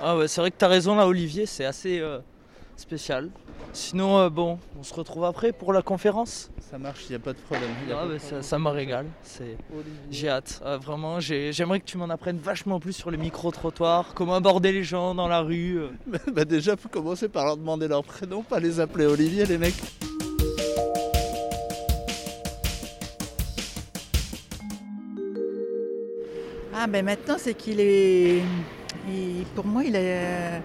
Ah ouais, c'est vrai que t'as raison là, Olivier, c'est assez euh, spécial. Sinon, euh, bon, on se retrouve après pour la conférence. Ça marche, il n'y a pas de problème. y a Ah pas de ouais, problème. ça, ça me régale. C'est... J'ai hâte, Ah, vraiment. j'ai- J'aimerais que tu m'en apprennes vachement plus sur les micro-trottoirs, comment aborder les gens dans la rue. euh. bah déjà, faut commencer par leur demander leur prénom, pas les appeler Olivier, les mecs. Ah ben maintenant c'est qu'il est, il- pour moi il a,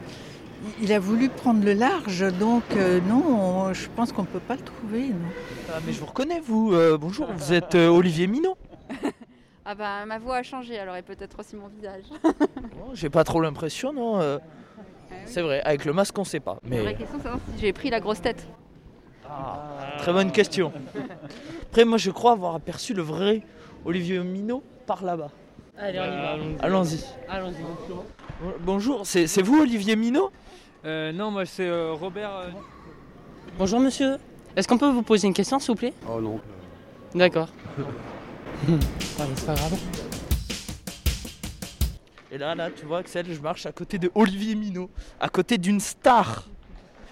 il a voulu prendre le large donc euh, non on- je pense qu'on peut pas le trouver. non. Ah, mais je vous reconnais, vous. euh, bonjour, vous êtes euh, Olivier Minot. Ah bah ma voix a changé alors et peut-être aussi mon visage. Bon, Oh, j'ai pas trop l'impression, non euh, C'est vrai, avec le masque, on sait pas. La vraie Mais. question c'est savoir si j'ai pris la grosse tête. Ah, très bonne question. Après, moi, je crois avoir aperçu le vrai Olivier Minot par là-bas. Euh, Allez, on y va. Allons-y. Allons-y. Bon- Bonjour, c'est c'est vous, Olivier Minot Euh, non, moi c'est euh, Robert. euh, Bonjour monsieur. Est-ce qu'on peut vous poser une question s'il vous plaît Oh non. D'accord. Ah, mais c'est pas grave. Et là, là, tu vois, Axel, je marche à côté de Olivier Minot, à côté d'une star.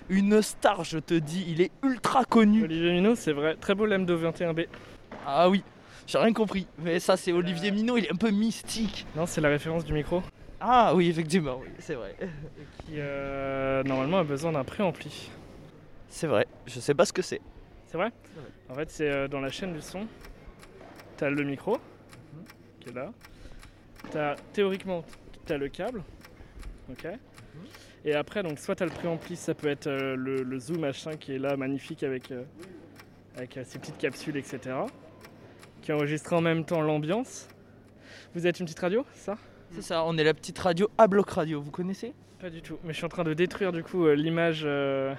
Une star, je te dis, il est ultra connu. Olivier Minot, c'est vrai. Très beau lame de 21B. Ah oui, j'ai rien compris. Mais ça, c'est Euh. Olivier Minot, il est un peu mystique. Non, c'est la référence du micro Ah oui, effectivement, oui, c'est vrai. qui, euh, normalement, a besoin d'un préampli. C'est vrai, je sais pas ce que c'est. Mm. C'est vrai En fait, c'est euh, dans la chaîne du son. T'as le micro qui est là. T'as théoriquement, t'as le câble. Ok. Et après, donc, soit t'as le préampli, ça peut être euh, le, le zoom H5 qui est là, magnifique avec, euh, avec euh, ses petites capsules, etc. Qui enregistre en même temps l'ambiance. Vous êtes une petite radio, c'est ça C'est ça, on est la petite radio à bloc radio, vous connaissez Pas du tout, mais je suis en train de détruire du coup euh, l'image euh,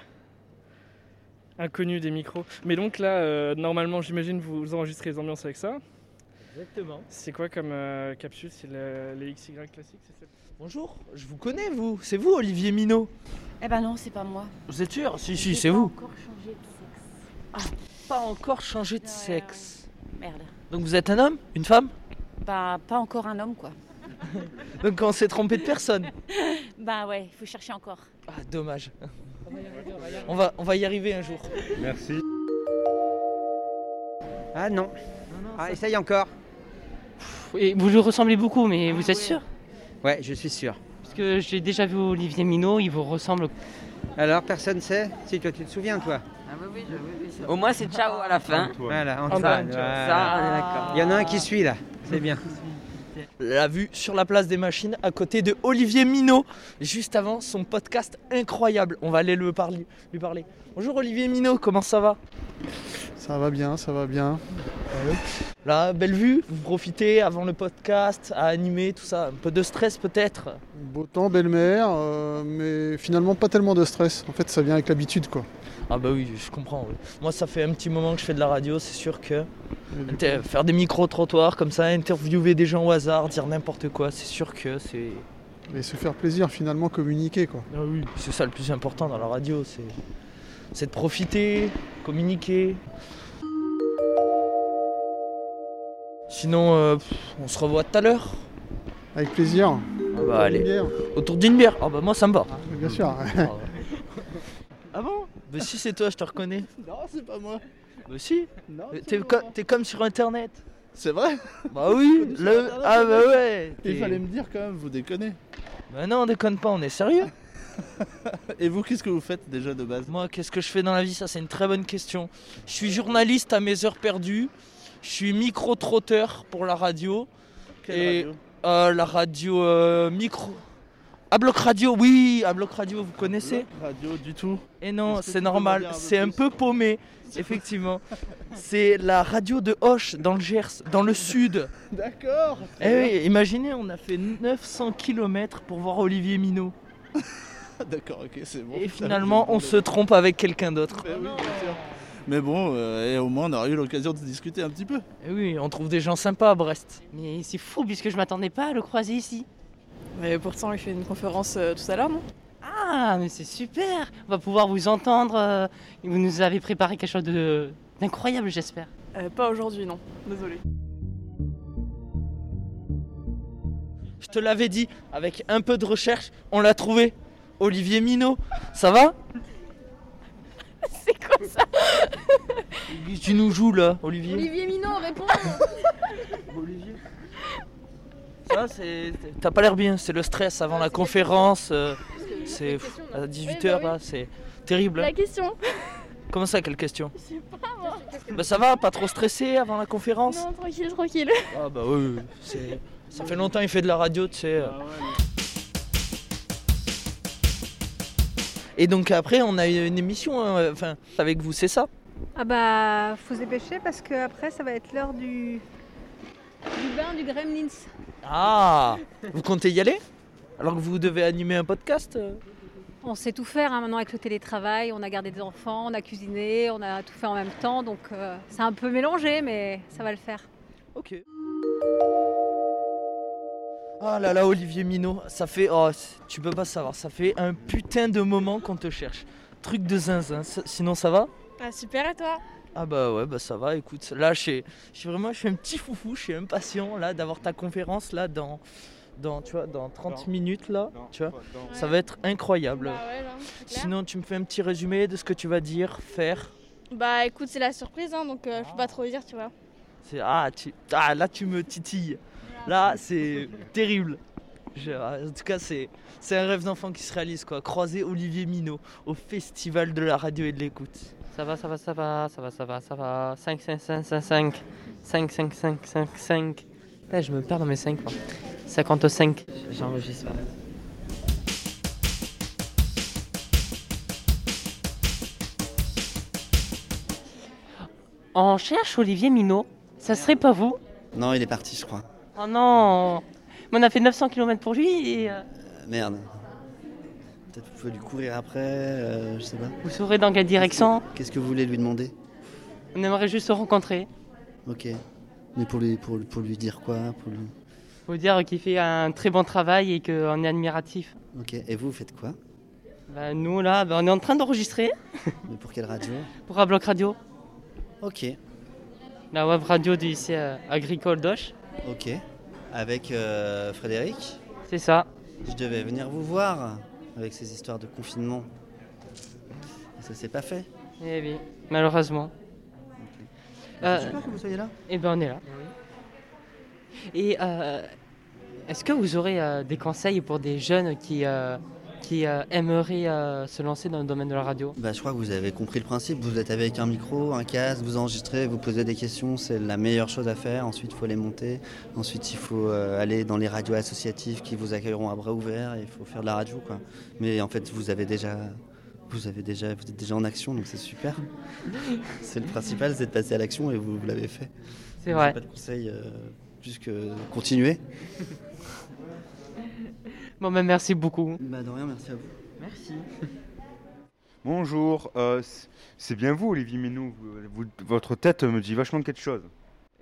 inconnue des micros. Mais donc là, euh, normalement, j'imagine vous enregistrez les ambiances avec ça. Exactement. C'est quoi comme euh, capsule C'est le- les XY classiques c'est ça Bonjour, je vous connais, vous. C'est vous, Olivier Minot Eh ben non, c'est pas moi. Vous êtes sûr J'ai Si, si, c'est pas vous. encore changé de sexe. Pas encore changé de Ouais. sexe. Merde. Donc vous êtes un homme Une femme Bah pas encore un homme quoi. Donc on s'est trompé de personne. Bah ouais, faut chercher encore. Ah, dommage. On va, on va y arriver un jour. Merci. Ah non. Ah, essaye encore. Et vous lui ressemblez beaucoup, mais vous êtes sûr Ouais, je suis sûr. Parce que j'ai déjà vu Olivier Minot, il vous ressemble. Alors, personne sait Si, toi, tu te souviens, toi Ah, Au moins, c'est ciao à la fin. Voilà, Antoine. voilà. Ça, on est d'accord. Il y en a un qui suit, là. C'est bien. La vue sur la place des machines à côté de Olivier Minot, juste avant son podcast incroyable. On va aller le parler, lui parler. Bonjour Olivier Minot, comment ça va Ça va bien, ça va bien. Là, belle vue, vous profitez avant le podcast, à animer, tout ça. Un peu de stress peut-être Beau temps, belle mer, euh, mais finalement pas tellement de stress. En fait, ça vient avec l'habitude, quoi. Ah bah oui, je comprends. oui. Moi, ça fait un petit moment que je fais de la radio, c'est sûr que Et du Inter- faire des micro-trottoirs comme ça, interviewer des gens au hasard, dire n'importe quoi, c'est sûr que c'est... coup, Et se faire plaisir, finalement, communiquer, quoi. Ah oui, c'est ça le plus important dans la radio, c'est, c'est de profiter, communiquer. Sinon, euh, pff, on se revoit tout à l'heure. Avec plaisir. Ah bah Une allez, bière, autour d'une bière. Ah bah moi ça me va. bien sûr. Ah bon Bah si c'est toi, je te reconnais. non, c'est pas moi. Bah si, Non, t'es, co- t'es comme sur internet. C'est vrai Bah oui, sur le... internet, ah bah mec. ouais. Il t'es- fallait me dire quand même, vous déconnez. Bah non, on déconne pas, on est sérieux. Et vous, qu'est-ce que vous faites déjà de base Moi, qu'est-ce que je fais dans la vie Ça, c'est une très bonne question. Je suis journaliste à mes heures perdues. Je suis micro-trotteur pour la radio. Et- Euh, la radio euh, micro. À bloc radio, oui, à bloc radio, vous connaissez Radio du tout. Et Est-ce non, que tu c'est peux m'en normal, dire un peu c'est un plus peu paumé, effectivement. c'est la radio de Hoche dans le Gers, dans le sud. D'accord. Eh oui, imaginez, on a fait 900 km pour voir Olivier Minot. Ah, D'accord, ok, c'est bon. Et finalement, on se trompe avec quelqu'un d'autre. Mais, oui, bien sûr. Mais bon, euh, et au moins on aura eu l'occasion de discuter un petit peu. Eh oui, on trouve des gens sympas à Brest. Mais c'est fou puisque je m'attendais pas à le croiser ici. Mais pourtant, il fait une conférence euh, tout à l'heure, non Ah, mais c'est super On va pouvoir vous entendre. euh, Vous nous avez préparé quelque chose de- d'incroyable, j'espère. Euh, Pas aujourd'hui, non. Désolé. Je te l'avais dit, avec un peu de recherche, on l'a trouvé. Olivier Minot, ça va C'est quoi ça Tu nous joues là, Olivier Olivier Minot répond Olivier Ça, c'est. T'as pas l'air bien, c'est le stress Ah, avant la conférence. euh, c'est pff, à 18h bah oui. là, c'est terrible. hein. La question Comment ça, quelle question Je sais pas moi Bah ça va, pas trop stressé avant la conférence Non, tranquille, tranquille Ah bah oui, oui, c'est- ça fait longtemps il fait de la radio, tu sais. Et donc après, on a une émission hein, enfin, avec vous, c'est ça Ah bah, faut se dépêcher parce que après ça va être l'heure du... Du bain du Gremlins. Ah Vous comptez y aller Alors que vous devez animer un podcast euh On sait tout faire hein, maintenant avec le télétravail, on a gardé des enfants, on a cuisiné, on a tout fait en même temps, donc euh, c'est un peu mélangé mais ça va le faire. Ok. Ah là là, Olivier Minot, ça fait. Oh, c- tu peux pas savoir, ça fait un putain de moment qu'on te cherche. Truc de zinzin, ça- sinon ça va Ah, super, et toi Ah bah ouais, bah ça va, écoute. Là, je suis je suis vraiment je suis un petit foufou, je suis impatient là d'avoir ta conférence là dans. Dans, tu vois, dans 30 minutes là, tu vois, ça va être incroyable. Bah, Bah Sinon, tu me fais un petit résumé de ce que tu vas dire, faire. Bah écoute, c'est la surprise, hein, donc Ah. euh, je peux pas trop dire, tu vois. C'est- Ah, tu- ah, là, tu me titilles. Là, c'est terrible. Je- ah, En tout cas, c'est c'est un rêve d'enfant qui se réalise. quoi. Croiser Olivier Minot au Festival de la radio et de l'écoute. Ça va, ça va, ça va, ça va, ça va, ça va. 5, 5, 5, 5, 5. 5, 5, 5, 5, 5. Là, Eh, je me perds dans mes 5. 55. J'enregistre pas. On cherche Olivier Minot. Ça serait pas vous Non, il est parti, je crois. Oh non Mais on a fait 900 km pour lui et. euh, Euh, merde. Peut-être vous pouvez lui courir après, euh, je sais pas. Vous saurez dans quelle direction Qu'est-ce que vous voulez lui demander On aimerait juste se rencontrer. Ok. Mais pour lui, pour, pour lui dire quoi pour lui- Faut dire qu'il fait un très bon travail et qu'on est admiratif. Ok. Et vous, vous faites quoi Bah, nous, là, bah, on est en train d'enregistrer Mais pour quelle radio pour Abloc Radio. Ok. La web radio du lycée euh, agricole d'Oche. Ok. Avec euh, Frédéric C'est ça. Je devais venir vous voir avec ces histoires de confinement. Ça s'est pas fait. Eh oui, malheureusement. Euh, J'espère que vous soyez là. Eh ben, on est là. Et euh, est-ce que vous aurez euh, des conseils pour des jeunes qui, euh, qui euh, aimeraient euh, se lancer dans le domaine de la radio Bah, je crois que vous avez compris le principe. Vous êtes avec un micro, un casque, vous enregistrez, vous posez des questions. C'est la meilleure chose à faire. Ensuite, il faut les monter. Ensuite, il faut euh, aller dans les radios associatives qui vous accueilleront à bras ouverts. et Il faut faire de la radio, quoi. Mais en fait, vous avez déjà, vous avez déjà, vous êtes déjà en action, donc c'est super. c'est le principal, c'est de passer à l'action et vous, vous l'avez fait. C'est Donc, vrai. j'ai Pas de conseil, euh, plus que continuer. Bon, ben, merci beaucoup. Bah, de rien, merci à vous. Merci. Bonjour, euh, c- c'est bien vous, Olivier Ménou. Vous- vous- votre tête me dit vachement quelque chose.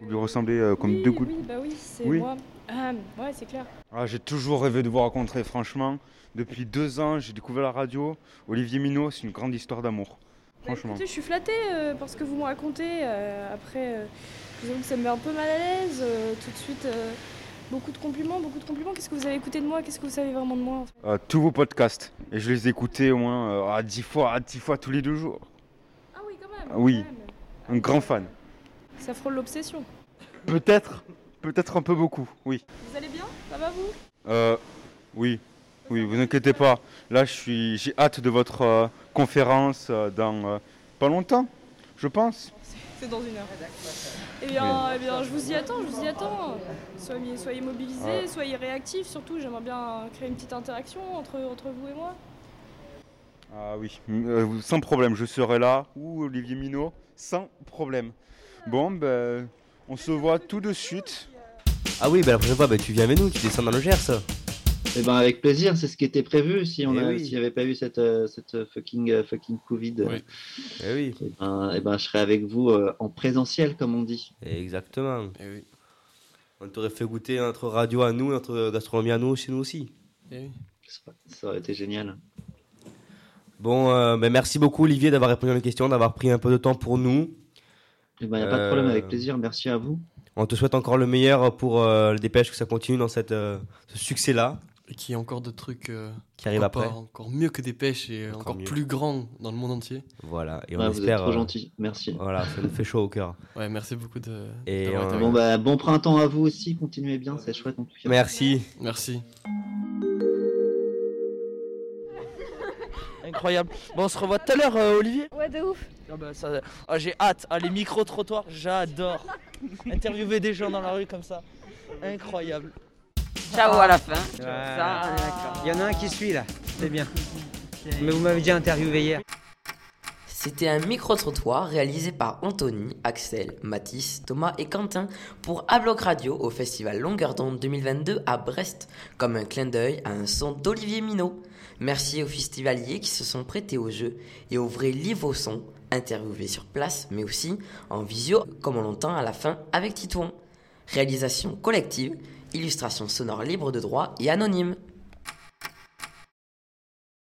Vous lui ressemblez euh, comme oui, deux gouttes. Oui, bah oui, c'est Oui. moi. Ah, ouais, c'est clair. Ah, j'ai toujours rêvé de vous rencontrer, franchement. Depuis deux ans, j'ai découvert la radio. Olivier Minot, c'est une grande histoire d'amour. Franchement. Bah, Écoutez, je suis flattée euh, parce que vous me racontez. euh, après, euh, je vous avoue que ça me met un peu mal à l'aise. euh, tout de suite, euh, beaucoup de compliments, beaucoup de compliments. Qu'est-ce que vous avez écouté de moi Qu'est-ce que vous savez vraiment de moi en fait Euh, tous vos podcasts. Et je les écoutais au moins euh, à dix fois, à dix fois tous les deux jours. Ah oui, quand même. Ah Oui, un grand fan. Ça frôle l'obsession. Peut-être, peut-être un peu beaucoup, oui. Vous allez bien Ça va vous Euh, oui, oui, vous inquiétez pas. Là, je suis, j'ai hâte de votre euh, conférence euh, dans euh, pas longtemps, je pense. C'est dans une heure. Eh bien, eh bien, je vous y attends, je vous y attends. Soyez, soyez mobilisés, Ouais. soyez réactifs surtout. J'aimerais bien créer une petite interaction entre, entre vous et moi. Ah oui, m- euh, vous- sans problème, je serai là. Ou Olivier Minot, sans problème. Bon, ben, on se voit tout de suite. Ah oui, bah la prochaine fois, bah, tu viens avec nous, tu descends dans le Gers. Eh ben avec plaisir, c'est ce qui était prévu si on Eh a- oui. s'il n'y avait pas eu cette, euh, cette euh, fucking, euh, fucking Covid. euh, Eh oui. Eh ben, eh ben, je serai avec vous euh, en présentiel, comme on dit. Exactement. On t'aurait fait goûter notre radio à nous, notre gastronomie à nous, chez nous aussi. Ça aurait été génial. Bon, euh, bah, merci beaucoup Olivier d'avoir répondu à mes questions, d'avoir pris un peu de temps pour nous. Eh ben, Euh, Il n'y a pas de problème, avec plaisir. Merci à vous. On te souhaite encore le meilleur pour euh, le dépêche, que ça continue dans cette, euh, ce succès-là. Et qu'il y ait encore d'autres trucs euh, Qui arrivent pourquoi après. pas Encore mieux que des pêches et Encore encore, mieux. plus grand dans le monde entier. Voilà, et on Ah, espère. euh, Voilà, ça nous fait chaud au cœur. Ouais, merci beaucoup de. Et d'avoir on- été avec Bon, nous. bah, Bon printemps à vous aussi, continuez bien, c'est chouette en tout cas. Merci. Merci. Incroyable. Bon, on se revoit tout à l'heure, euh, Olivier. Ouais, de ouf. Ah bah, ça- ah, j'ai hâte. Ah, les micro-trottoirs, j'adore. Interviewer des gens dans la rue comme ça. Incroyable. Ciao à la fin. Voilà. Il y en a un qui suit là, c'est bien. Mais vous m'avez déjà interviewé hier. C'était un micro-trottoir réalisé par Anthony, Axel, Mathis, Thomas et Quentin pour Abloc Radio au festival Longueur d'onde 2022 à Brest, comme un clin d'œil à un son d'Olivier Minot. Merci aux festivaliers qui se sont prêtés au jeu et aux vrais livres au son, interviewés sur place, mais aussi en visio, comme on l'entend à la fin avec Titouan. Réalisation collective, illustration sonore libre de droit et anonyme.